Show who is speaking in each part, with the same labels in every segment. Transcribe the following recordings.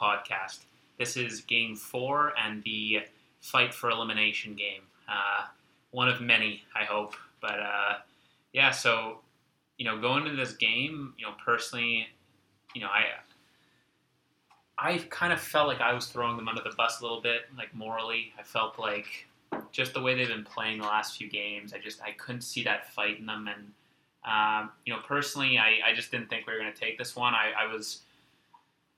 Speaker 1: podcast. This is game four and the fight for elimination game. Uh, one of many, I hope. But uh, yeah, so you know, going into this game, you know, personally, you know, I I kind of felt like I was throwing them under the bus a little bit, like morally. I felt like just the way they've been playing the last few games, I just I couldn't see that fight in them, and um, you know, personally, I, I just didn't think we were going to take this one. I, I was,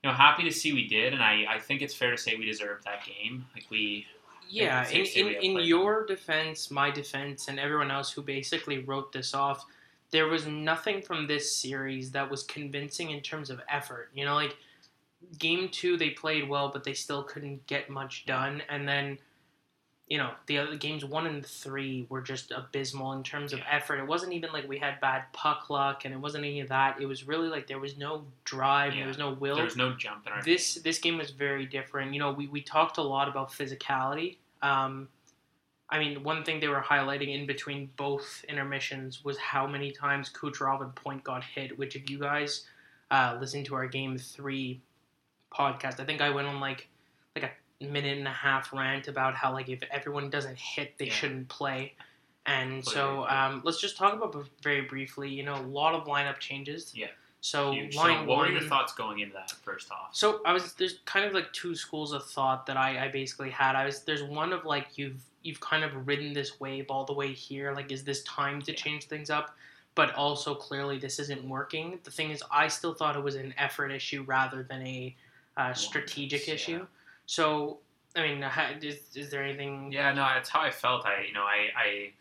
Speaker 1: you know, happy to see we did, and I, I think it's fair to say we deserved that game. Like we,
Speaker 2: Yeah,
Speaker 1: it's
Speaker 2: in,
Speaker 1: easy
Speaker 2: in,
Speaker 1: to get
Speaker 2: in
Speaker 1: played.
Speaker 2: your defense, my defense, and everyone else who basically wrote this off, there was nothing from this series that was convincing in terms of effort. You know, like game two, they played well, but they still couldn't get much done. And then, you know, the other games one and three were just abysmal in terms of
Speaker 1: Yeah.
Speaker 2: effort. It wasn't even like we had bad puck luck, and it wasn't any of that. It was really like there was no drive,
Speaker 1: Yeah.
Speaker 2: there was no will
Speaker 1: there was no jump in our
Speaker 2: this
Speaker 1: game.
Speaker 2: this game was very different. You know, we, we talked a lot about physicality. Um, I mean, one thing they were highlighting in between both intermissions was how many times Kucherov and Point got hit. Which, if you guys uh, listen to our Game Three podcast, I think I went on like like a minute and a half rant about how like if everyone doesn't hit, they
Speaker 1: Yeah.
Speaker 2: shouldn't play. And
Speaker 1: Completely
Speaker 2: so
Speaker 1: agree.
Speaker 2: um, let's just talk about b- very briefly. You know, a lot of lineup changes.
Speaker 1: Yeah.
Speaker 2: So
Speaker 1: Huge. So
Speaker 2: line
Speaker 1: what
Speaker 2: one.
Speaker 1: were your thoughts going into that first off?
Speaker 2: So I was there's kind of like two schools of thought that I, I basically had. I was there's one of like you've you've kind of ridden this wave all the way here. Like is this time to
Speaker 1: Yeah.
Speaker 2: change things up? But also clearly this isn't working. The thing is, I still thought it was an effort issue rather than a uh, strategic
Speaker 1: yeah.
Speaker 2: issue. So I mean, ha- is, is there anything?
Speaker 1: Yeah, no, that's how I felt. I, you know, I,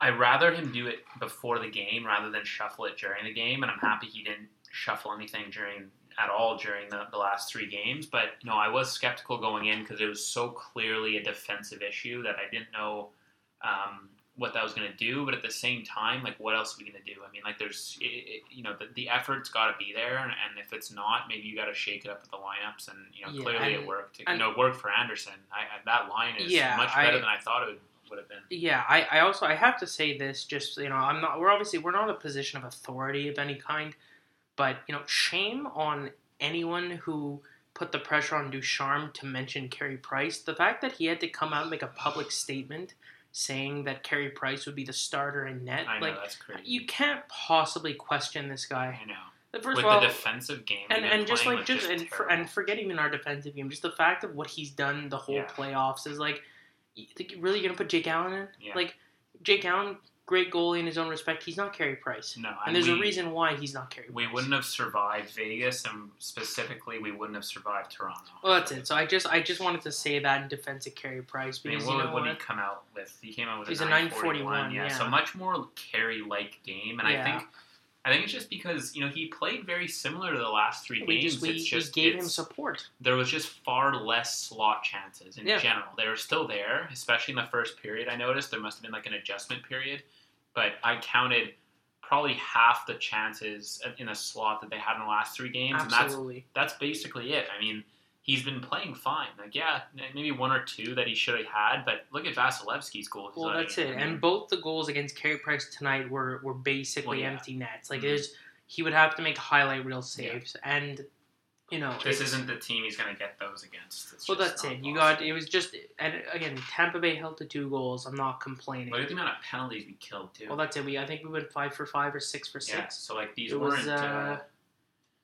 Speaker 1: I, I rather him do it before the game rather than shuffle it during the game, and I'm happy he didn't shuffle anything during at all during the, the last three games. But you know, I was skeptical going in because it was so clearly a defensive issue that I didn't know um, what that was going to do. But at the same time, like, what else are we going to do? I mean, like, there's, it, it, you know, the, the effort's got to be there, and, and if it's not, maybe you got to shake it up with the lineups. And you know,
Speaker 2: Yeah,
Speaker 1: clearly
Speaker 2: and-
Speaker 1: it worked.
Speaker 2: and-
Speaker 1: you know, it worked for Anderson. I, I- that line is
Speaker 2: Yeah,
Speaker 1: much better
Speaker 2: I-
Speaker 1: than I thought it would, would have been.
Speaker 2: Yeah, I, I also I have to say this just you know I'm not we're obviously we're not in a position of authority of any kind, but you know shame on anyone who put the pressure on Ducharme to mention Carey Price. The fact that he had to come out and make a public statement saying that Carey Price would be the starter in net,
Speaker 1: I know
Speaker 2: like
Speaker 1: that's crazy.
Speaker 2: you can't possibly question this guy.
Speaker 1: I know.
Speaker 2: First
Speaker 1: with
Speaker 2: of all,
Speaker 1: the defensive game
Speaker 2: and
Speaker 1: we've been
Speaker 2: and just
Speaker 1: playing
Speaker 2: like
Speaker 1: was
Speaker 2: just and, for,
Speaker 1: terrible.
Speaker 2: and forget even our defensive game, just the fact of what he's done the whole
Speaker 1: Yeah.
Speaker 2: playoffs is like, you think you're really gonna put Jake Allen in?
Speaker 1: Yeah.
Speaker 2: Like Jake Allen, great goalie in his own respect, he's not Carey Price,
Speaker 1: no,
Speaker 2: and there's
Speaker 1: we,
Speaker 2: a reason why he's not Carey.
Speaker 1: we
Speaker 2: Price.
Speaker 1: wouldn't have survived Vegas, and specifically, we wouldn't have survived Toronto.
Speaker 2: Well, that's it. So I just I just wanted to say that in defense of Carey Price
Speaker 1: I mean,
Speaker 2: because
Speaker 1: what
Speaker 2: you know
Speaker 1: would
Speaker 2: what?
Speaker 1: he come out with? He came out with
Speaker 2: He's
Speaker 1: a
Speaker 2: a
Speaker 1: 941.
Speaker 2: 941,
Speaker 1: yeah.
Speaker 2: yeah.
Speaker 1: so much more carry like game, and I
Speaker 2: Yeah.
Speaker 1: think I think it's just because you know he played very similar to the last three
Speaker 2: we
Speaker 1: games.
Speaker 2: just we,
Speaker 1: it's just
Speaker 2: we gave him
Speaker 1: it's-
Speaker 2: support.
Speaker 1: there was just far less slot chances in
Speaker 2: Yeah.
Speaker 1: general. They were still there, especially in the first period. I noticed there must have been like an adjustment period, but I counted probably half the chances in a slot that they had in the last three games, and that's
Speaker 2: Absolutely.
Speaker 1: that's basically it. I mean, he's been playing fine. Like, yeah, maybe one or two that he should have had, but look at Vasilevsky's goal.
Speaker 2: Well, that's it. And both the goals against Carey Price tonight were were
Speaker 1: Well,
Speaker 2: basically
Speaker 1: yeah.
Speaker 2: empty nets. Like
Speaker 1: Mhm.
Speaker 2: there's he would have to make highlight reel
Speaker 1: Yeah.
Speaker 2: saves, and you know
Speaker 1: this
Speaker 2: it's-
Speaker 1: isn't the team he's going to get those against. It's
Speaker 2: Well,
Speaker 1: just
Speaker 2: that's
Speaker 1: not
Speaker 2: it. You
Speaker 1: possible.
Speaker 2: got it was just and again Tampa Bay held to two goals. I'm not complaining.
Speaker 1: Look at the amount of penalties we killed too.
Speaker 2: Well, that's it. We I think we went five for five or six for
Speaker 1: yeah,
Speaker 2: six.
Speaker 1: so like these
Speaker 2: It
Speaker 1: weren't.
Speaker 2: was,
Speaker 1: uh,
Speaker 2: uh,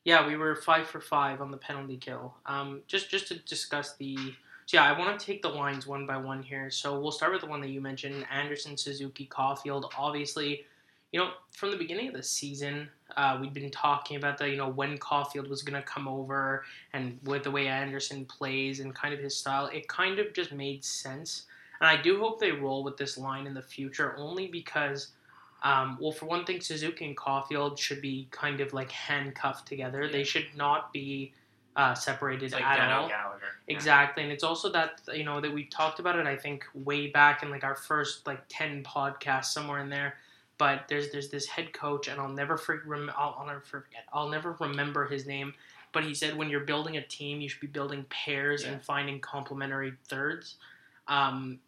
Speaker 2: Yeah, we were five for five on the penalty kill. Um, just just to discuss the. So yeah, I want to take the lines one by one here. So we'll start with the one that you mentioned, Anderson, Suzuki, Caulfield. Obviously, you know from the beginning of the season, uh, we'd been talking about the you know when Caulfield was going to come over and with the way Anderson plays and kind of his style, it kind of just made sense. And I do hope they roll with this line in the future, only because um, well, for one thing, Suzuki and Caulfield should be kind of like handcuffed together. They
Speaker 1: Yeah.
Speaker 2: should not be uh, separated
Speaker 1: It's like
Speaker 2: at
Speaker 1: Daniel
Speaker 2: all.
Speaker 1: Gallagher. Yeah.
Speaker 2: Exactly, and it's also that you know that we talked about it. I think way back in like our first like ten podcasts somewhere in there. But there's there's this head coach, and I'll never for, rem, I'll, I'll never forget. I'll never remember his name. But he said when you're building a team, you should be building pairs
Speaker 1: Yeah.
Speaker 2: and finding complementary thirds. Um,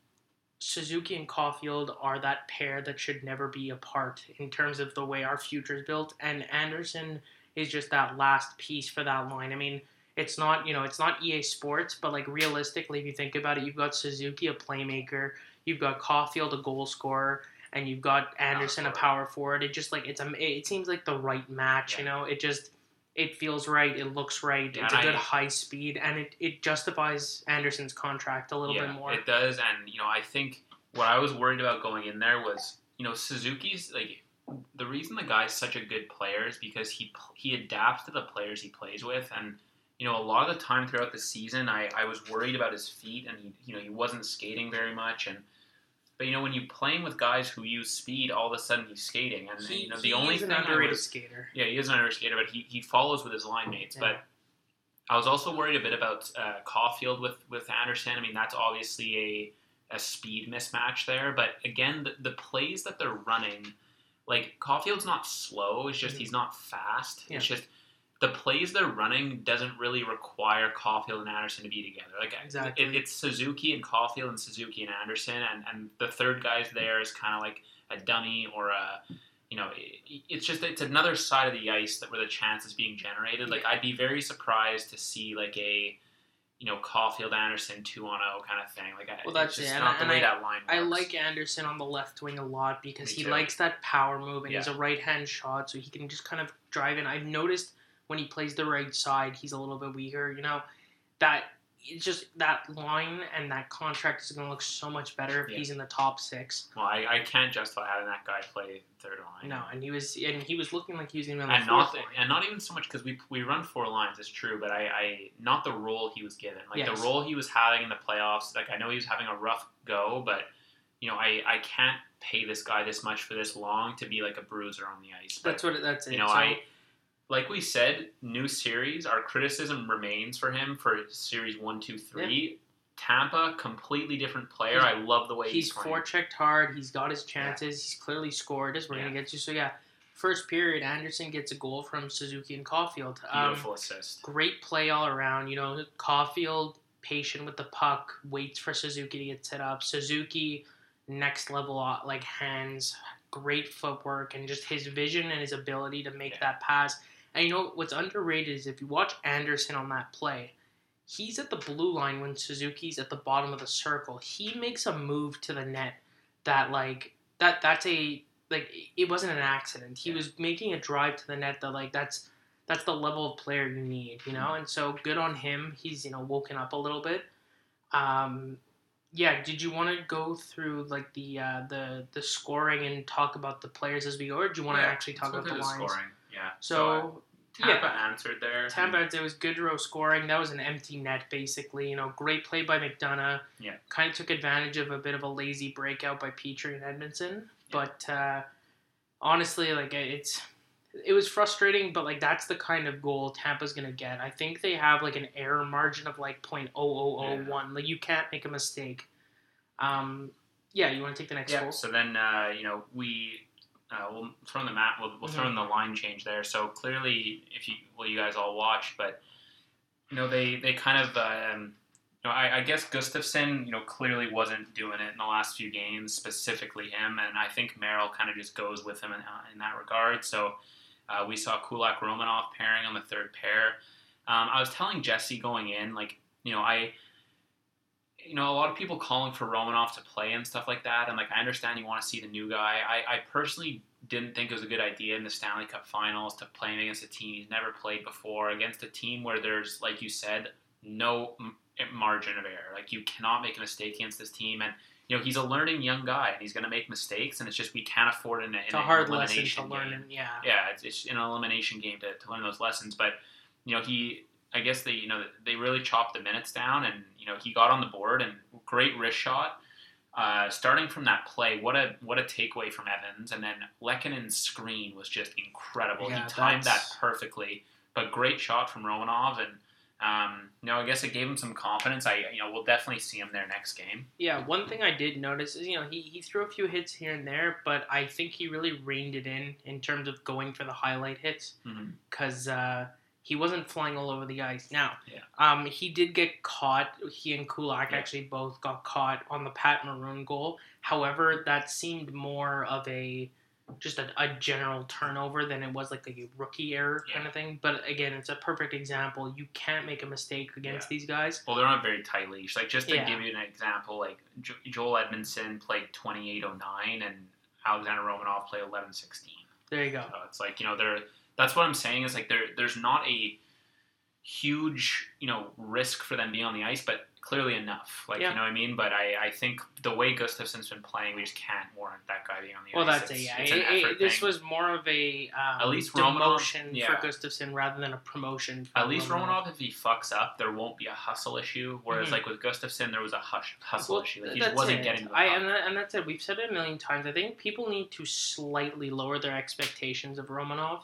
Speaker 2: Suzuki and Caulfield are that pair that should never be apart in terms of the way our future is built, and Anderson is just that last piece for that line. I mean, It's not, you know, it's not EA Sports, but like realistically, if you think about it, you've got Suzuki, a playmaker, you've got Caulfield, a goal scorer, and you've got Anderson, a
Speaker 1: forward.
Speaker 2: power forward. It just like it's a, it seems like the right match, you know. It just it feels right, it looks right,
Speaker 1: Yeah,
Speaker 2: it's a
Speaker 1: and I-
Speaker 2: good high speed, and it, it justifies Anderson's contract a little
Speaker 1: yeah,
Speaker 2: bit more.
Speaker 1: It does, and you know, I think what I was worried about going in there was, you know, Suzuki's like the reason the guy's such a good player is because he pl- he adapts to the players he plays with, and you know, a lot of the time throughout the season, I I was worried about his feet, and he you know he wasn't skating very much, and. But you know when you playing with guys who use speed, all of a sudden he's skating, and
Speaker 2: He-
Speaker 1: you know
Speaker 2: he
Speaker 1: the only
Speaker 2: is
Speaker 1: thing
Speaker 2: an
Speaker 1: I
Speaker 2: underrated
Speaker 1: was-
Speaker 2: skater.
Speaker 1: yeah, he is an underrated skater, but he, he follows with his line mates. But I was also worried a bit about uh, Caulfield with, with Anderson. I mean, that's obviously a, a speed mismatch there. But again, the, the plays that they're running, like Caulfield's not slow. It's just
Speaker 2: Mhm.
Speaker 1: he's not fast.
Speaker 2: Yeah.
Speaker 1: It's just the plays they're running doesn't really require Caulfield and Anderson to be together. Like I-
Speaker 2: Exactly.
Speaker 1: it, it's Suzuki and Caulfield and Suzuki and Anderson, and, and the third guy's there is kind of like a dummy or a, you know, it, it's just it's another side of the ice that where the chance is being generated. Like I'd be very surprised to see like a, you know, Caulfield Anderson two on zero kind of thing. Like I,
Speaker 2: Well,
Speaker 1: it's
Speaker 2: that's
Speaker 1: just
Speaker 2: it, and
Speaker 1: not
Speaker 2: I-
Speaker 1: the
Speaker 2: and
Speaker 1: way
Speaker 2: I-
Speaker 1: that line. Works.
Speaker 2: I like Anderson on the left wing a lot because
Speaker 1: Me
Speaker 2: he
Speaker 1: too.
Speaker 2: likes that power move and he's a right hand shot, so he can just kind of drive in. I've noticed when he plays the right side, he's a little bit weaker. You know, that it's just that line and that contract is going to look so much better if
Speaker 1: Yeah.
Speaker 2: he's in the top six.
Speaker 1: Well, I, I can't justify having that guy play third line.
Speaker 2: No, and he was and he was looking like he was going to be on the
Speaker 1: and not
Speaker 2: fourth line.
Speaker 1: and not even so much because we we run four lines. It's true, but I, I not the role he was given, like
Speaker 2: Yes.
Speaker 1: the role he was having in the playoffs. Like I know he was having a rough go, but you know I I can't pay this guy this much for this long to be like a bruiser on the ice. But,
Speaker 2: That's what it- that's it.
Speaker 1: you know
Speaker 2: so,
Speaker 1: I. Like we said, new series. Our criticism remains for him for series one, two, three. Tampa, completely different player.
Speaker 2: He's-
Speaker 1: I love the way he's,
Speaker 2: he's
Speaker 1: playing.
Speaker 2: forechecked hard. He's got his chances. He's clearly scored. Is we're gonna get you. So yeah, first period, Anderson gets a goal from Suzuki and Caulfield. Um,
Speaker 1: Beautiful assist.
Speaker 2: great play all around. You know, Caulfield patient with the puck, waits for Suzuki to get set up. Suzuki next level uh, like hands, great footwork, and just his vision and his ability to make
Speaker 1: Yeah.
Speaker 2: that pass. And you know what's underrated is if you watch Anderson on that play. He's at the blue line when Suzuki's at the bottom of the circle. He makes a move to the net that like that that's a like it wasn't an accident. He
Speaker 1: Yeah.
Speaker 2: was making a drive to the net that like that's that's the level of player you need, you
Speaker 1: Mm-hmm.
Speaker 2: know? And so good on him. He's, you know, woken up a little bit. Um yeah, did you want to go through like the uh the the scoring and talk about the players as we go or do you want to
Speaker 1: Yeah,
Speaker 2: actually talk
Speaker 1: Let's
Speaker 2: about
Speaker 1: go
Speaker 2: the
Speaker 1: through
Speaker 2: lines?
Speaker 1: scoring. Yeah. uh,
Speaker 2: So, yeah.
Speaker 1: Tampa answered there.
Speaker 2: Tampa, I'd say, was Goodrow scoring. That was an empty net, basically. You know, great play by McDonough.
Speaker 1: Yeah.
Speaker 2: Kind of took advantage of a bit of a lazy breakout by Petrie and Edmondson. But uh, honestly, like it's it was frustrating, but like that's the kind of goal Tampa's gonna get. I think they have like an error margin of like point oh oh oh one. Like you can't make a mistake. Um, yeah, you want to take the next
Speaker 1: Yeah.
Speaker 2: goal?
Speaker 1: So then, uh, you know, we uh, we'll throw in the map. We'll, we'll throw in the line change there. So clearly, if you well, you guys all watched, but you know, they they kind of. Um, you know, I, I guess Gustafson, you know, clearly wasn't doing it in the last few games, specifically him, and I think Merrill kind of just goes with him in, uh, in that regard. So uh, we saw Kulak Romanov pairing on the third pair. Um, I was telling Jesse going in, like, you know, I you know, a lot of people calling for Romanoff to play and stuff like that. And like, I understand you want to see the new guy. I, I personally didn't think it was a good idea in the Stanley Cup Finals to play him against a team he's never played before, against a team where there's, like you said, no m- eh, margin of error. Like, you cannot make a mistake against this team. And you know, he's a learning young guy, and he's going to make mistakes. And it's just we can't afford an, an
Speaker 2: It's a hard lesson
Speaker 1: elimination
Speaker 2: to learn.
Speaker 1: game
Speaker 2: and- Yeah.
Speaker 1: yeah, it's, it's an elimination game to, to learn those lessons. But you know, he, I guess they, you know, they really chopped the minutes down, and you know, he got on the board and great wrist shot. Uh, starting from that play, what a what a takeaway from Evans, and then Lekkonen's screen was just incredible.
Speaker 2: Yeah,
Speaker 1: he timed that
Speaker 2: that's-
Speaker 1: perfectly, but great shot from Romanov, and um, you know, I guess it gave him some confidence. I, you know, we'll definitely see him there next game.
Speaker 2: Yeah, one thing I did notice is, you know, he, he threw a few hits here and there, but I think he really reined it in in terms of going for the highlight hits
Speaker 1: Mhm.
Speaker 2: because uh, he wasn't flying all over the ice. Now,
Speaker 1: Yeah.
Speaker 2: um, he did get caught. He and Kulak
Speaker 1: Yeah.
Speaker 2: actually both got caught on the Pat Maroon goal. However, that seemed more of a just a, a general turnover than it was like a rookie error kind of thing. But again, it's a perfect example. You can't make a mistake against these guys.
Speaker 1: Well, they're on a very tight leash. Like just to
Speaker 2: Yeah.
Speaker 1: give you an example, like jo- Joel Edmondson played twenty eight oh nine, and Alexander Romanov played eleven sixteen.
Speaker 2: There you go.
Speaker 1: So it's like you know there. That's what I'm saying is like there. There's not a huge you know risk for them being on the ice, but clearly enough. Like
Speaker 2: Yeah.
Speaker 1: you know what I mean. But I, I think the way Gustafson's been playing, we just can't warrant that guy being on the
Speaker 2: Well,
Speaker 1: ice.
Speaker 2: that's it.
Speaker 1: It's-
Speaker 2: Yeah,
Speaker 1: it's
Speaker 2: It-
Speaker 1: an
Speaker 2: it-
Speaker 1: effort
Speaker 2: this
Speaker 1: thing.
Speaker 2: was more of a um,
Speaker 1: At least Romanov-
Speaker 2: demotion
Speaker 1: yeah.
Speaker 2: for Gustafson rather than a promotion. For
Speaker 1: At least Romanov, if he fucks up, there won't be a hustle issue. Whereas,
Speaker 2: Mhm.
Speaker 1: like with Gustafsson, there was a hush, hustle
Speaker 2: Well,
Speaker 1: issue. Like, he
Speaker 2: that's
Speaker 1: just wasn't
Speaker 2: it.
Speaker 1: getting to the
Speaker 2: I
Speaker 1: puck.
Speaker 2: and, that, and that's it. We've said it a million times. I think people need to slightly lower their expectations of Romanov.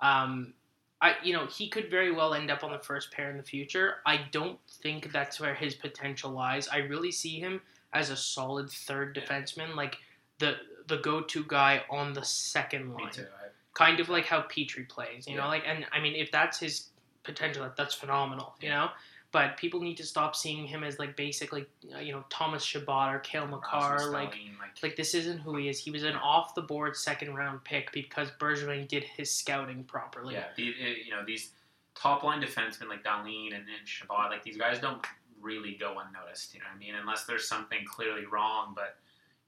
Speaker 2: Um, I you know he could very well end up on the first pair in the future. I don't think that's where his potential lies. I really see him as a solid third defenseman, like the the go to guy on the second line,
Speaker 1: Me too. I-
Speaker 2: kind of like how Petrie plays. You
Speaker 1: Yeah.
Speaker 2: know, like and I mean if that's his potential, that, that's phenomenal. You
Speaker 1: Yeah.
Speaker 2: know. But people need to stop seeing him as like basically, uh, you know, Thomas Shabbat or Kale McCarr,
Speaker 1: Rasmus
Speaker 2: like
Speaker 1: Dahlin, like
Speaker 2: like this isn't who he is. He was an off the board second round pick because Bergevin did his scouting properly.
Speaker 1: yeah, the, uh, you know these top line defensemen like Darlene and, and Shabbat, like these guys don't really go unnoticed. You know what I mean? Unless there's something clearly wrong, but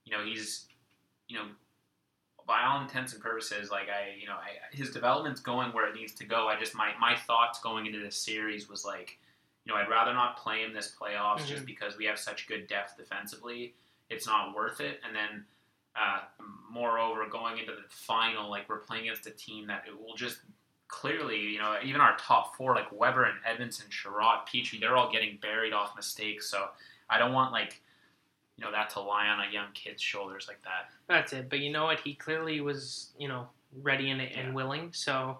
Speaker 1: you know he's you know by all intents and purposes, like I you know I, his development's going where it needs to go. I just my my thoughts going into this series was like. You know, I'd rather not play him this playoffs just because we have such good depth defensively. It's not worth it. And then uh, moreover, going into the final, like we're playing against a team that it will just clearly, you know, even our top four, like Weber and Edmondson, Sherrod, Petrie, they're all getting buried off mistakes. So I don't want like, you know, that to lie on a young kid's shoulders like that.
Speaker 2: That's it. But you know what? He clearly was, you know, ready and,
Speaker 1: Yeah.
Speaker 2: and willing. So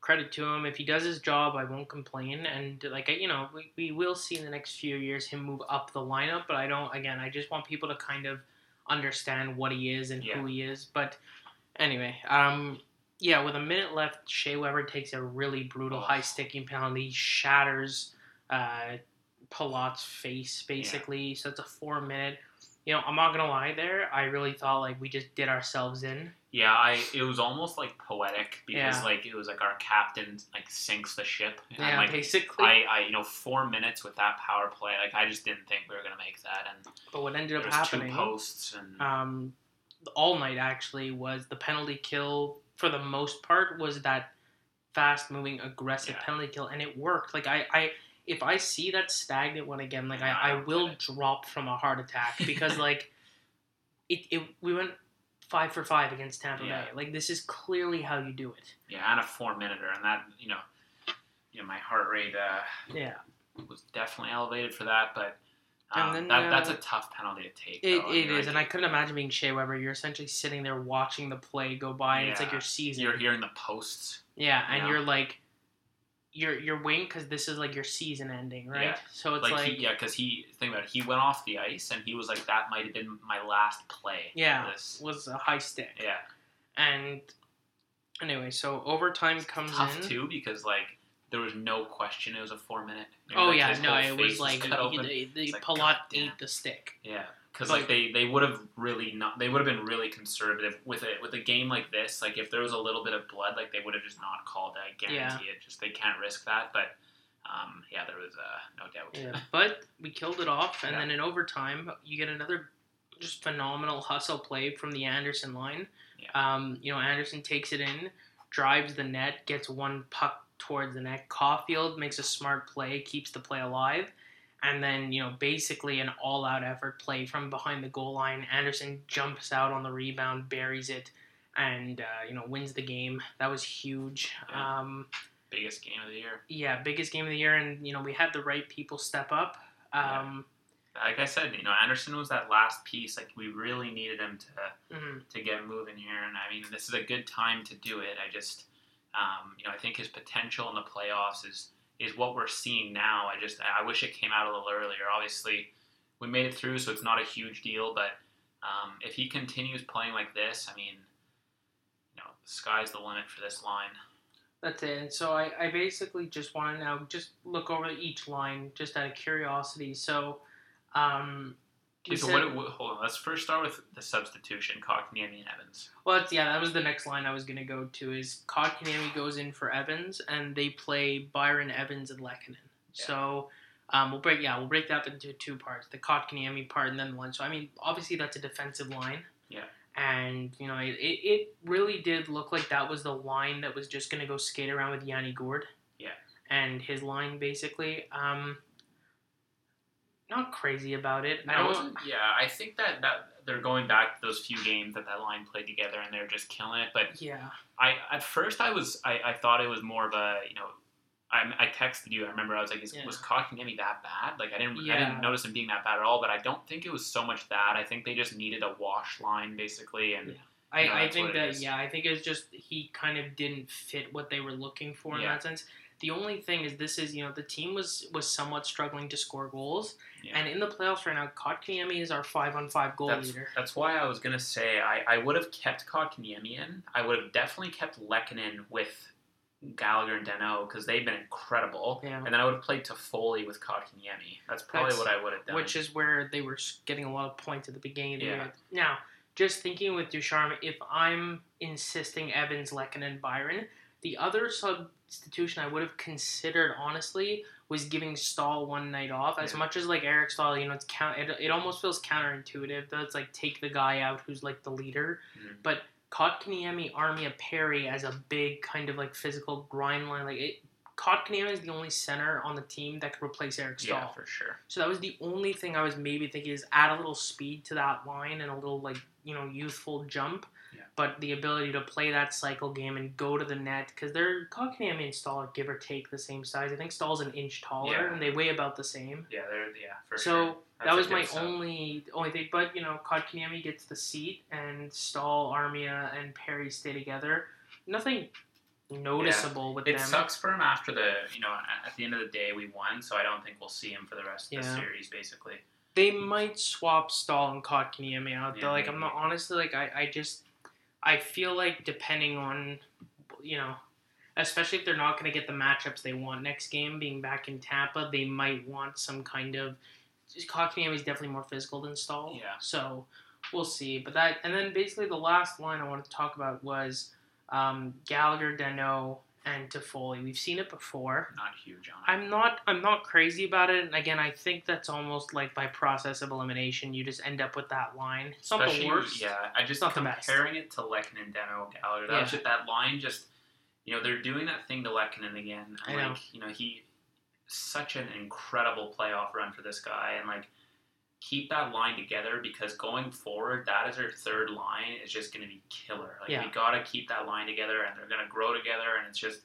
Speaker 2: credit to him. If he does his job, I won't complain. And like, I- you know, we, we will see in the next few years him move up the lineup. But I don't, again, I just want people to kind of understand what he is and who he is. But anyway, um, yeah, with a minute left, Shea Weber takes a really brutal
Speaker 1: Oh.
Speaker 2: high sticking penalty, shatters uh, Palat's face basically. So it's a four minute. You know, I'm not gonna lie. There, I really thought like we just did ourselves in.
Speaker 1: Yeah, I it was almost like poetic because
Speaker 2: Yeah.
Speaker 1: like it was like our captain like sinks the ship. And
Speaker 2: Yeah,
Speaker 1: like
Speaker 2: basically.
Speaker 1: I, I you know four minutes with that power play, like I just didn't think we were gonna make that. And
Speaker 2: but what ended
Speaker 1: there
Speaker 2: up
Speaker 1: was two
Speaker 2: happening,
Speaker 1: posts and
Speaker 2: um, all night actually was the penalty kill. For the most part, was that fast moving aggressive
Speaker 1: Yeah.
Speaker 2: penalty kill, and it worked. Like I, I if I see that stagnant one again, like
Speaker 1: Yeah, I
Speaker 2: I, I
Speaker 1: don't
Speaker 2: will
Speaker 1: get it.
Speaker 2: drop from a heart attack because like it, it we went five for five against Tampa
Speaker 1: Yeah.
Speaker 2: Bay. Like this is clearly how you do it.
Speaker 1: yeah, and a four minute and that you know, you know my heart rate uh,
Speaker 2: Yeah.
Speaker 1: was definitely elevated for that, but um,
Speaker 2: And then,
Speaker 1: that,
Speaker 2: uh,
Speaker 1: that's a tough penalty to take.
Speaker 2: It,
Speaker 1: though. I
Speaker 2: it
Speaker 1: mean, like,
Speaker 2: is, and I couldn't imagine being Shea Weber. You're essentially sitting there watching the play go by, and it's like
Speaker 1: Yeah.
Speaker 2: your season.
Speaker 1: you're hearing the posts.
Speaker 2: yeah, and
Speaker 1: Yeah.
Speaker 2: you're like, you're you're waiting because this is like your season ending, right?
Speaker 1: Yeah.
Speaker 2: So it's
Speaker 1: Like,
Speaker 2: like,
Speaker 1: he, yeah, because he think about it. He went off the ice and he was like, "That might have been my last play."
Speaker 2: Yeah.
Speaker 1: This-
Speaker 2: was a high stick,
Speaker 1: yeah.
Speaker 2: and anyway, so overtime comes
Speaker 1: Tough
Speaker 2: in.
Speaker 1: too because like there was no question. It was a four minute.
Speaker 2: Oh yeah, no,
Speaker 1: it
Speaker 2: it was like
Speaker 1: cut open.
Speaker 2: he, the,
Speaker 1: It's
Speaker 2: the
Speaker 1: like,
Speaker 2: Palat
Speaker 1: goddamn.
Speaker 2: ate the stick.
Speaker 1: Yeah, because
Speaker 2: But-
Speaker 1: like they they would have really not they would have been really conservative with it with a game like this. Like if there was a little bit of blood, like they would have just not called. I guarantee it. Just they can't risk that. But um, yeah, there was uh, no doubt.
Speaker 2: Yeah, but we killed it off, and
Speaker 1: Yeah.
Speaker 2: then in overtime, you get another just phenomenal hustle play from the Anderson line.
Speaker 1: Yeah.
Speaker 2: Um, you know, Anderson takes it in, drives the net, gets one puck towards the net. Caulfield makes a smart play, keeps the play alive, and then you know, basically an all-out effort play from behind the goal line. Anderson jumps out on the rebound, buries it. And uh, you know wins the game. That was huge.
Speaker 1: Yeah.
Speaker 2: Um,
Speaker 1: Biggest game of the year.
Speaker 2: yeah, biggest game of the year, and you know we had the right people step up. Um,
Speaker 1: Like I said, you know, Anderson was that last piece. Like we really needed him to
Speaker 2: mhm.
Speaker 1: to get moving here. And I mean, this is a good time to do it. I just, um, you know, I think his potential in the playoffs is is what we're seeing now. I just I wish it came out a little earlier. Obviously, we made it through, so it's not a huge deal. But um, if he continues playing like this, I mean, you know, sky's the limit for this line.
Speaker 2: That's it. And so I, I basically just want to now just look over each line just out of curiosity. So, um,
Speaker 1: Okay, so what, what? Hold on. Let's first start with the substitution: Kotkaniemi and Evans.
Speaker 2: Well, that's, yeah, that was the next line I was going to go to. Is Kotkaniemi goes in for Evans, and they play Byron Evans and Lekanen.
Speaker 1: Yeah.
Speaker 2: So um, we'll break yeah we'll break that up into two parts: the Kotkaniemi part and then the one. So I mean, obviously that's a defensive line.
Speaker 1: Yeah.
Speaker 2: And you know it, it, it really did look like that was the line that was just going to go skate around with Yanni Gord.
Speaker 1: Yeah.
Speaker 2: And his line basically. Um, not crazy about it.
Speaker 1: I wasn't, yeah, I think that, that they're going back to those few games that that line played together, and they're just killing it. But
Speaker 2: Yeah.
Speaker 1: I at first I was I, I thought it was more of a you know I, I texted you I remember I was like is,
Speaker 2: Yeah.
Speaker 1: was Kotkaniemi that bad like I didn't I
Speaker 2: Yeah.
Speaker 1: didn't notice him being that bad at all but I don't think it was so much that I think they just needed a wash line basically and
Speaker 2: Yeah. I,
Speaker 1: No,
Speaker 2: I
Speaker 1: that's
Speaker 2: think
Speaker 1: what it
Speaker 2: that
Speaker 1: is.
Speaker 2: yeah, I think it's just he kind of didn't fit what they were looking for in
Speaker 1: Yeah.
Speaker 2: that sense. The only thing is this is you know the team was was somewhat struggling to score goals,
Speaker 1: Yeah.
Speaker 2: and in the playoffs right now, Kotkaniemi is our five on five goal
Speaker 1: that's,
Speaker 2: leader.
Speaker 1: that's why I was gonna say I, I would have kept Kotkaniemi in I would have definitely kept Lekanen with Gallagher and Dano because they've been incredible
Speaker 2: Yeah.
Speaker 1: and then I would have played Toffoli with Kotkaniemi that's probably
Speaker 2: That's-
Speaker 1: what I would have done
Speaker 2: which is where they were s- getting a lot of points at the beginning of the
Speaker 1: Yeah.
Speaker 2: year. Now, just thinking with Ducharme, if I'm insisting Evans, Lekin, and Byron, the other substitution I would have considered, honestly, was giving Stahl one night off. As
Speaker 1: Yeah.
Speaker 2: much as like Eric Stahl, you know, it's count. It, it almost feels counterintuitive that it's like take the guy out who's like the leader,
Speaker 1: Mhm.
Speaker 2: but. Kotkaniemi, Armia, Perry as a big kind of like physical grind line. Like it, Kotkaniemi is the only center on the team that could replace Eric Stahl.
Speaker 1: yeah for sure
Speaker 2: So that was the only thing I was maybe thinking is add a little speed to that line and a little like you know youthful jump,
Speaker 1: Yeah.
Speaker 2: but the ability to play that cycle game and go to the net because they're Kotkaniemi and Stahl are give or take the same size. I think Stahl's an inch taller
Speaker 1: Yeah.
Speaker 2: and they weigh about the same.
Speaker 1: yeah they're yeah for
Speaker 2: so
Speaker 1: sure
Speaker 2: that
Speaker 1: That's a
Speaker 2: was
Speaker 1: good
Speaker 2: my
Speaker 1: sub.
Speaker 2: only only thing. But you know Kotkaniemi gets the seat and Stahl, Armia, and Perry stay together. Nothing noticeable with
Speaker 1: It
Speaker 2: them.
Speaker 1: sucks for him after the, you know, at- at the end of the day we won, so I don't think we'll see him for the rest of the
Speaker 2: Yeah.
Speaker 1: series, basically.
Speaker 2: they might swap Stahl and Kotkaniemi out.
Speaker 1: Yeah,
Speaker 2: though. like I'm
Speaker 1: maybe.
Speaker 2: not honestly like I, I just I feel like depending on you know especially if they're not going to get the matchups they want next game being back in Tampa they might want some kind of Kotkaniemi is definitely more physical than Stahl.
Speaker 1: Yeah.
Speaker 2: So we'll see. But that and then basically the last line I wanted to talk about was um, Gallagher, Dano, and Toffoli. We've seen it before.
Speaker 1: Not huge on him.
Speaker 2: I'm not I'm not crazy about it, and again, I think that's almost like by process of elimination, you just end up with that line. It's not
Speaker 1: Especially-
Speaker 2: the worst.
Speaker 1: Yeah, I just
Speaker 2: not the best.
Speaker 1: comparing it to Lekkonen and Deno Gallagher. That, was
Speaker 2: Yeah.
Speaker 1: just, that line just, you know, they're doing that thing to Lekkonen again.
Speaker 2: I
Speaker 1: And
Speaker 2: know.
Speaker 1: like, you know, he such an incredible playoff run for this guy, and like keep that line together because going forward, that is our third line is just going to be killer. Like
Speaker 2: Yeah.
Speaker 1: we got to keep that line together, and they're going to grow together, and it's just.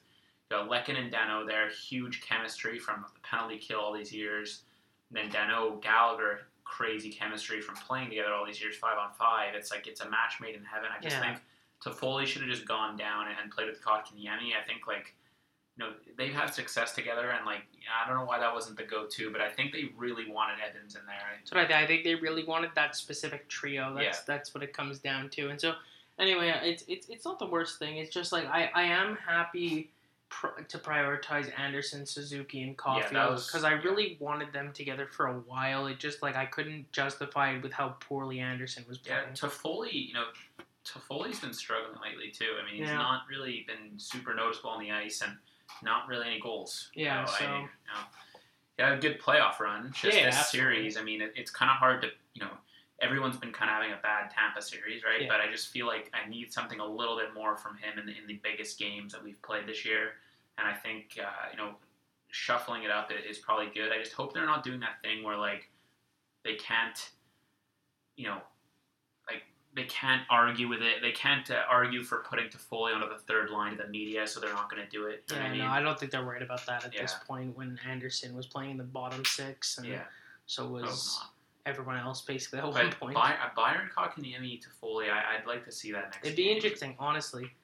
Speaker 1: You got Lekin and Deno there, huge chemistry from the penalty kill all these years. And then Deno, Gallagher, crazy chemistry from playing together all these years, five on five. It's like it's a match made in heaven. I just
Speaker 2: Yeah.
Speaker 1: think Toffoli should have just gone down and played with Kotkaniemi. I think like you know they've had success together, and like I don't know why that wasn't the go-to, but I think they really wanted Evans in there.
Speaker 2: That's what I, think. I think they really wanted that specific trio. That's
Speaker 1: Yeah.
Speaker 2: that's what it comes down to. And so, anyway, it's it's it's not the worst thing. It's just like I I am happy pr- to prioritize Anderson, Suzuki, and Caulfield
Speaker 1: was-
Speaker 2: because I really wanted them together for a while. It just like I couldn't justify it with how poorly Anderson was
Speaker 1: Yeah,
Speaker 2: playing.
Speaker 1: Toffoli, you know, Toffoli's been struggling lately too. I mean, he's
Speaker 2: Yeah.
Speaker 1: not really been super noticeable on the ice and not really any goals.
Speaker 2: Yeah,
Speaker 1: I-
Speaker 2: so-
Speaker 1: you know, he had a good playoff run. Just
Speaker 2: Yeah,
Speaker 1: this
Speaker 2: absolutely.
Speaker 1: series, I mean, it, it's kind of hard to, you know, everyone's been kind of having a bad Tampa series, right?
Speaker 2: Yeah.
Speaker 1: But I just feel like I need something a little bit more from him in the, in the biggest games that we've played this year. And I think, uh, you know, shuffling it up i- is probably good. I just hope they're not doing that thing where, like, they can't, you know, like they can't argue with it. They can't uh, argue for putting Toffoli onto the third line of the media, so they're not going to do it. You know
Speaker 2: Yeah,
Speaker 1: what I mean?
Speaker 2: no, I don't think they're worried about that at this
Speaker 1: Yeah.
Speaker 2: point. When Anderson was playing in the bottom six, and
Speaker 1: yeah,
Speaker 2: so
Speaker 1: I hope
Speaker 2: was
Speaker 1: not.
Speaker 2: everyone else basically at
Speaker 1: But
Speaker 2: one point.
Speaker 1: By, uh, Byron Kotkaniemi to Foley, I, I'd like to see that next.
Speaker 2: It'd be
Speaker 1: game.
Speaker 2: interesting, honestly.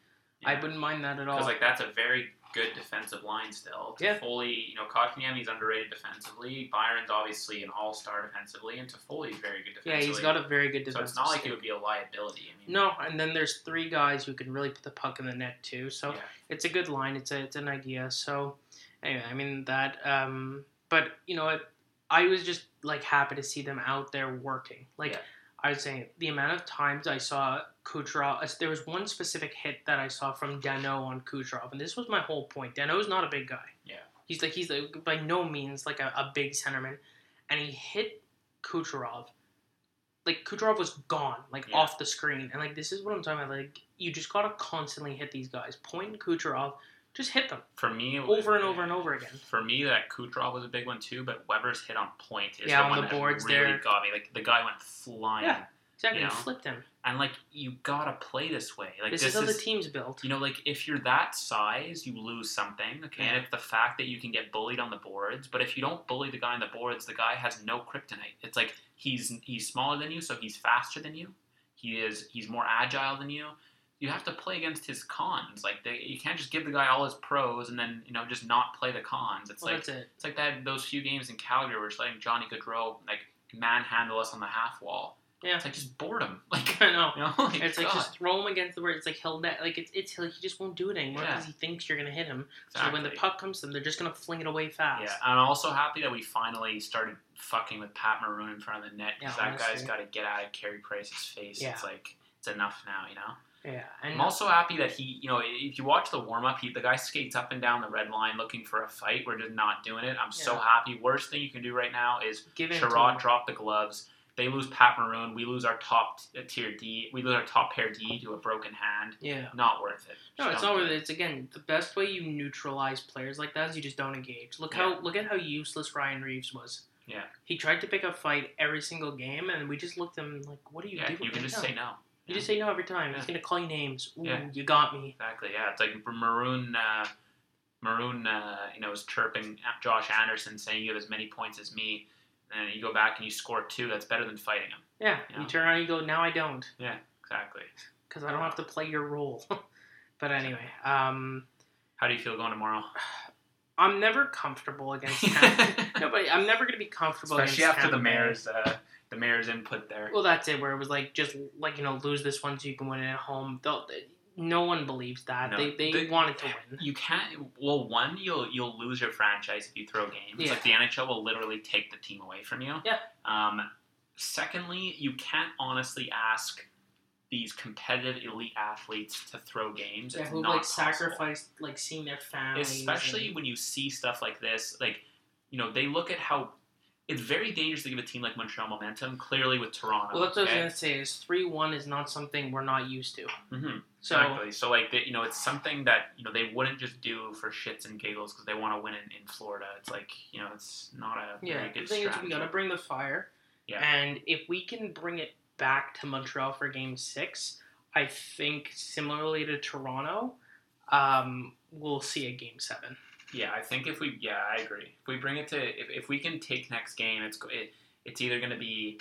Speaker 1: Yeah.
Speaker 2: I wouldn't mind that at all.
Speaker 1: because like that's a very good defensive line still.
Speaker 2: Yeah.
Speaker 1: Foley, you know, Kotkaniemi's underrated defensively. Byron's obviously an all-star defensively, and Toffoli's very good
Speaker 2: yeah,
Speaker 1: defensively.
Speaker 2: he's got a very good
Speaker 1: So
Speaker 2: defense.
Speaker 1: it's not like it would be a liability. I mean,
Speaker 2: no, and then there's three guys who can really put the puck in the net too. So
Speaker 1: yeah.
Speaker 2: it's a good line. It's a it's an idea. So anyway, I mean that. Um, but you know, it, I was just like happy to see them out there working. Like
Speaker 1: Yeah.
Speaker 2: I was saying, the amount of times I saw Kucherov, uh, there was one specific hit that I saw from Dano on Kucherov, and this was my whole point. Dano's not a big guy.
Speaker 1: Yeah.
Speaker 2: he's like he's like, by no means like a, a big centerman, and he hit Kucherov. Like Kucherov was gone, like
Speaker 1: Yeah.
Speaker 2: off the screen, and like this is what I'm talking about. Like you just gotta constantly hit these guys. Point Kucherov, just hit them
Speaker 1: For me, it was-
Speaker 2: over and over and over again.
Speaker 1: For me, that Kutrov was a big one too, but Weber's hit on point is
Speaker 2: Yeah,
Speaker 1: the
Speaker 2: on
Speaker 1: one
Speaker 2: the
Speaker 1: that
Speaker 2: boards
Speaker 1: really
Speaker 2: there.
Speaker 1: got me. Like the guy went flying,
Speaker 2: Yeah. Exactly,
Speaker 1: You know?
Speaker 2: flipped him.
Speaker 1: and like you gotta play this way. Like
Speaker 2: this,
Speaker 1: this,
Speaker 2: is how the team's built.
Speaker 1: You know, like if you're that size, you lose something. Okay,
Speaker 2: Yeah.
Speaker 1: and if the fact that you can get bullied on the boards, but if you don't bully the guy on the boards, the guy has no kryptonite. It's like he's he's smaller than you, so he's faster than you. He is he's more agile than you. You have to play against his cons. Like they, you can't just give the guy all his pros and then you know just not play the cons. It's
Speaker 2: Well,
Speaker 1: like
Speaker 2: that's it.
Speaker 1: it's like that those few games in Calgary where it's letting Johnny Gaudreau like manhandle us on the half wall.
Speaker 2: Yeah.
Speaker 1: It's like just boredom. Like
Speaker 2: I know.
Speaker 1: you know, like,
Speaker 2: It's like
Speaker 1: God.
Speaker 2: just throw him against the board. It's like he'll net. Like it's it's like he just won't do it anymore
Speaker 1: Yeah.
Speaker 2: because he thinks you're gonna hit him. So when the
Speaker 1: Exactly.
Speaker 2: puck comes to them, they're just gonna fling it away fast.
Speaker 1: Yeah, I'm also happy that we finally started fucking with Pat Maroon in front of the net because
Speaker 2: Yeah,
Speaker 1: that
Speaker 2: honestly.
Speaker 1: guy's got to get out of Carey Price's face.
Speaker 2: Yeah.
Speaker 1: It's like it's enough now, you know.
Speaker 2: Yeah,
Speaker 1: I'm also happy that he, you know, if you watch the warm up, he the guy skates up and down the red line looking for a fight. We're just not doing it. I'm so
Speaker 2: Yeah.
Speaker 1: happy. Worst thing you can do right now is
Speaker 2: giving
Speaker 1: Sherrod drop the gloves. They lose Pat Maroon. We lose our top t- tier D. We lose our top pair D to a broken hand.
Speaker 2: Yeah.
Speaker 1: Not worth it.
Speaker 2: No,
Speaker 1: Just
Speaker 2: it's
Speaker 1: don't
Speaker 2: not
Speaker 1: do
Speaker 2: worth it. It's again the best way you neutralize players like that is you just don't engage. Look how look at how useless Ryan Reeves was.
Speaker 1: Yeah.
Speaker 2: He tried to pick a fight every single game, and we just looked at him like, "What are you
Speaker 1: yeah,
Speaker 2: doing?"
Speaker 1: you can
Speaker 2: right
Speaker 1: just
Speaker 2: now?
Speaker 1: say no.
Speaker 2: You just say no every time. He's
Speaker 1: Yeah.
Speaker 2: gonna call you names. Ooh,
Speaker 1: Yeah.
Speaker 2: you got me.
Speaker 1: Exactly. Yeah, it's like maroon. Uh, maroon, uh, you know, is chirping at Josh Anderson, saying you have as many points as me, and you go back and you score two. That's better than fighting him.
Speaker 2: Yeah.
Speaker 1: Yeah.
Speaker 2: You turn around and you go, now I don't,
Speaker 1: Exactly.
Speaker 2: because I don't have to play your role. but anyway, um,
Speaker 1: How do you feel going tomorrow?
Speaker 2: I'm never comfortable against Tampa. Nobody, I'm never going to be comfortable
Speaker 1: Especially
Speaker 2: against
Speaker 1: after the
Speaker 2: Tampa Bay.
Speaker 1: mayor's uh, the mayor's input there.
Speaker 2: Well, that's it, where it was like, just, like, you know, lose this one so you can win it at home. They'll, no one believes that.
Speaker 1: No.
Speaker 2: they, they,
Speaker 1: They-
Speaker 2: wanted to win.
Speaker 1: You can't. Well, one, you'll you'll lose your franchise if you throw games.
Speaker 2: Yeah.
Speaker 1: Like the NHL will literally take the team away from you.
Speaker 2: Yeah.
Speaker 1: Um, secondly, you can't honestly ask these competitive elite athletes to throw games.
Speaker 2: Yeah,
Speaker 1: it's
Speaker 2: who,
Speaker 1: not
Speaker 2: like,
Speaker 1: possible.
Speaker 2: sacrificed, like, seeing their family.
Speaker 1: especially when you see stuff like this like you know they look at how it's very dangerous to give a team like montreal momentum clearly with toronto
Speaker 2: Well, that's what I was
Speaker 1: okay?
Speaker 2: going to say, is 3 1 is not something we're not used to.
Speaker 1: Mhm,
Speaker 2: So,
Speaker 1: exactly so like they, you know it's something that you know they wouldn't just do for shits and giggles because they want to win in, in florida it's like you know it's not a
Speaker 2: Yeah,
Speaker 1: very
Speaker 2: the
Speaker 1: good
Speaker 2: thing is,
Speaker 1: strategy
Speaker 2: we gotta bring the fire.
Speaker 1: Yeah.
Speaker 2: And if we can bring it back to Montreal for Game Six, I think similarly to Toronto, um, we'll see a Game Seven.
Speaker 1: yeah i think if we yeah i agree if we bring it to if, if we can take next game it's go- it, it's either going to be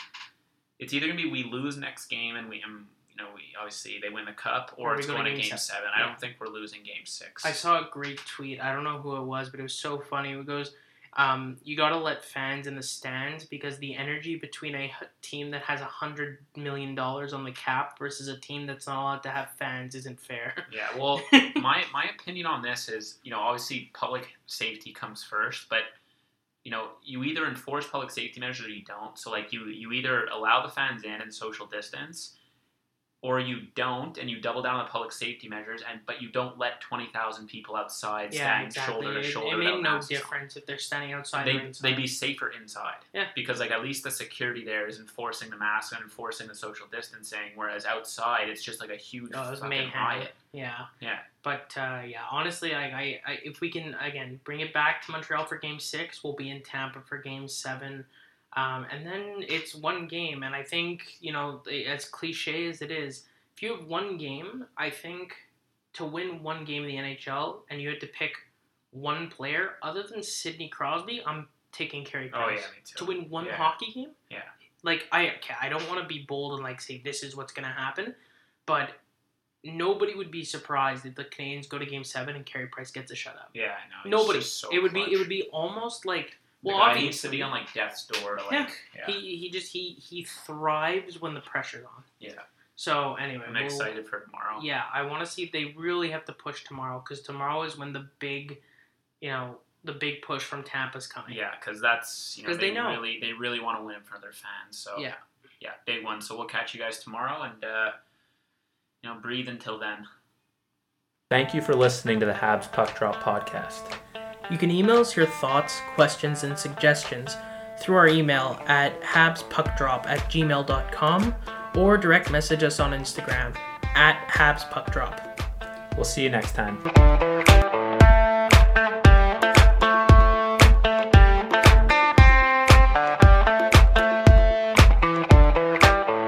Speaker 1: it's either going to be we lose next game and we um, you know we obviously they win the cup or,
Speaker 2: Or we
Speaker 1: it's
Speaker 2: go to
Speaker 1: going to
Speaker 2: game
Speaker 1: game,
Speaker 2: seven.
Speaker 1: seven,
Speaker 2: Yeah.
Speaker 1: i don't think we're losing game six
Speaker 2: I saw a great tweet. I don't know who it was, but it was so funny. It goes, um, "You gotta let fans in the stands because the energy between a h- team that has a hundred million dollars on the cap versus a team that's not allowed to have fans isn't fair."
Speaker 1: Yeah, well, my my opinion on this is, you know, obviously public safety comes first, but you know, you either enforce public safety measures or you don't. So like you you either allow the fans in and social distance, or you don't and you double down on the public safety measures and but you don't let twenty thousand people outside
Speaker 2: yeah,
Speaker 1: stand
Speaker 2: exactly.
Speaker 1: shoulder
Speaker 2: It,
Speaker 1: to
Speaker 2: it
Speaker 1: shoulder.
Speaker 2: made
Speaker 1: without
Speaker 2: no
Speaker 1: masks on.
Speaker 2: difference if they're standing outside. or
Speaker 1: They
Speaker 2: inside.
Speaker 1: they'd be safer inside.
Speaker 2: Yeah.
Speaker 1: Because like at least the security there is enforcing the mask and enforcing the social distancing, whereas outside it's just like a huge
Speaker 2: Oh, it was
Speaker 1: fucking
Speaker 2: mayhem.
Speaker 1: riot.
Speaker 2: Yeah.
Speaker 1: Yeah.
Speaker 2: But uh, yeah, honestly, I, I, I if we can again bring it back to Montreal for Game Six, we'll be in Tampa for Game Seven, um, and then it's one game. And I think you know, as cliche as it is, if you have one game, I think to win one game in the NHL, and you had to pick one player other than Sidney Crosby, I'm taking Carey
Speaker 1: Oh
Speaker 2: Price
Speaker 1: yeah, me too.
Speaker 2: to win one
Speaker 1: Yeah.
Speaker 2: hockey game.
Speaker 1: Yeah.
Speaker 2: Like I, okay, I don't want to be bold and like say this is what's gonna happen, but nobody would be surprised if the Canadians go to Game Seven and Carey Price gets a shutout.
Speaker 1: Yeah, I know. he's
Speaker 2: Nobody.
Speaker 1: just so
Speaker 2: it would be. It
Speaker 1: clutch.
Speaker 2: would be almost like.
Speaker 1: The
Speaker 2: Well,
Speaker 1: guy needs to
Speaker 2: obviously,
Speaker 1: be on like death's door. To, like,
Speaker 2: Yeah.
Speaker 1: yeah.
Speaker 2: he he just he he thrives when the pressure's on.
Speaker 1: Yeah.
Speaker 2: So anyway,
Speaker 1: I'm
Speaker 2: we'll-
Speaker 1: excited for tomorrow.
Speaker 2: yeah, I want to see if they really have to push tomorrow because tomorrow is when the big, you know, the big push from Tampa's coming.
Speaker 1: Yeah, because that's you know
Speaker 2: 'Cause
Speaker 1: they,
Speaker 2: they know.
Speaker 1: really they really want to win in front of their fans. So
Speaker 2: Yeah.
Speaker 1: yeah, big one. So we'll catch you guys tomorrow, and uh, you know, breathe until then.
Speaker 3: Thank you for listening to the Habs Puck Drop Podcast.
Speaker 2: You can email us your thoughts, questions, and suggestions through our email at habspuckdrop at gmail.com or direct message us on Instagram at habspuckdrop.
Speaker 3: We'll see you next time.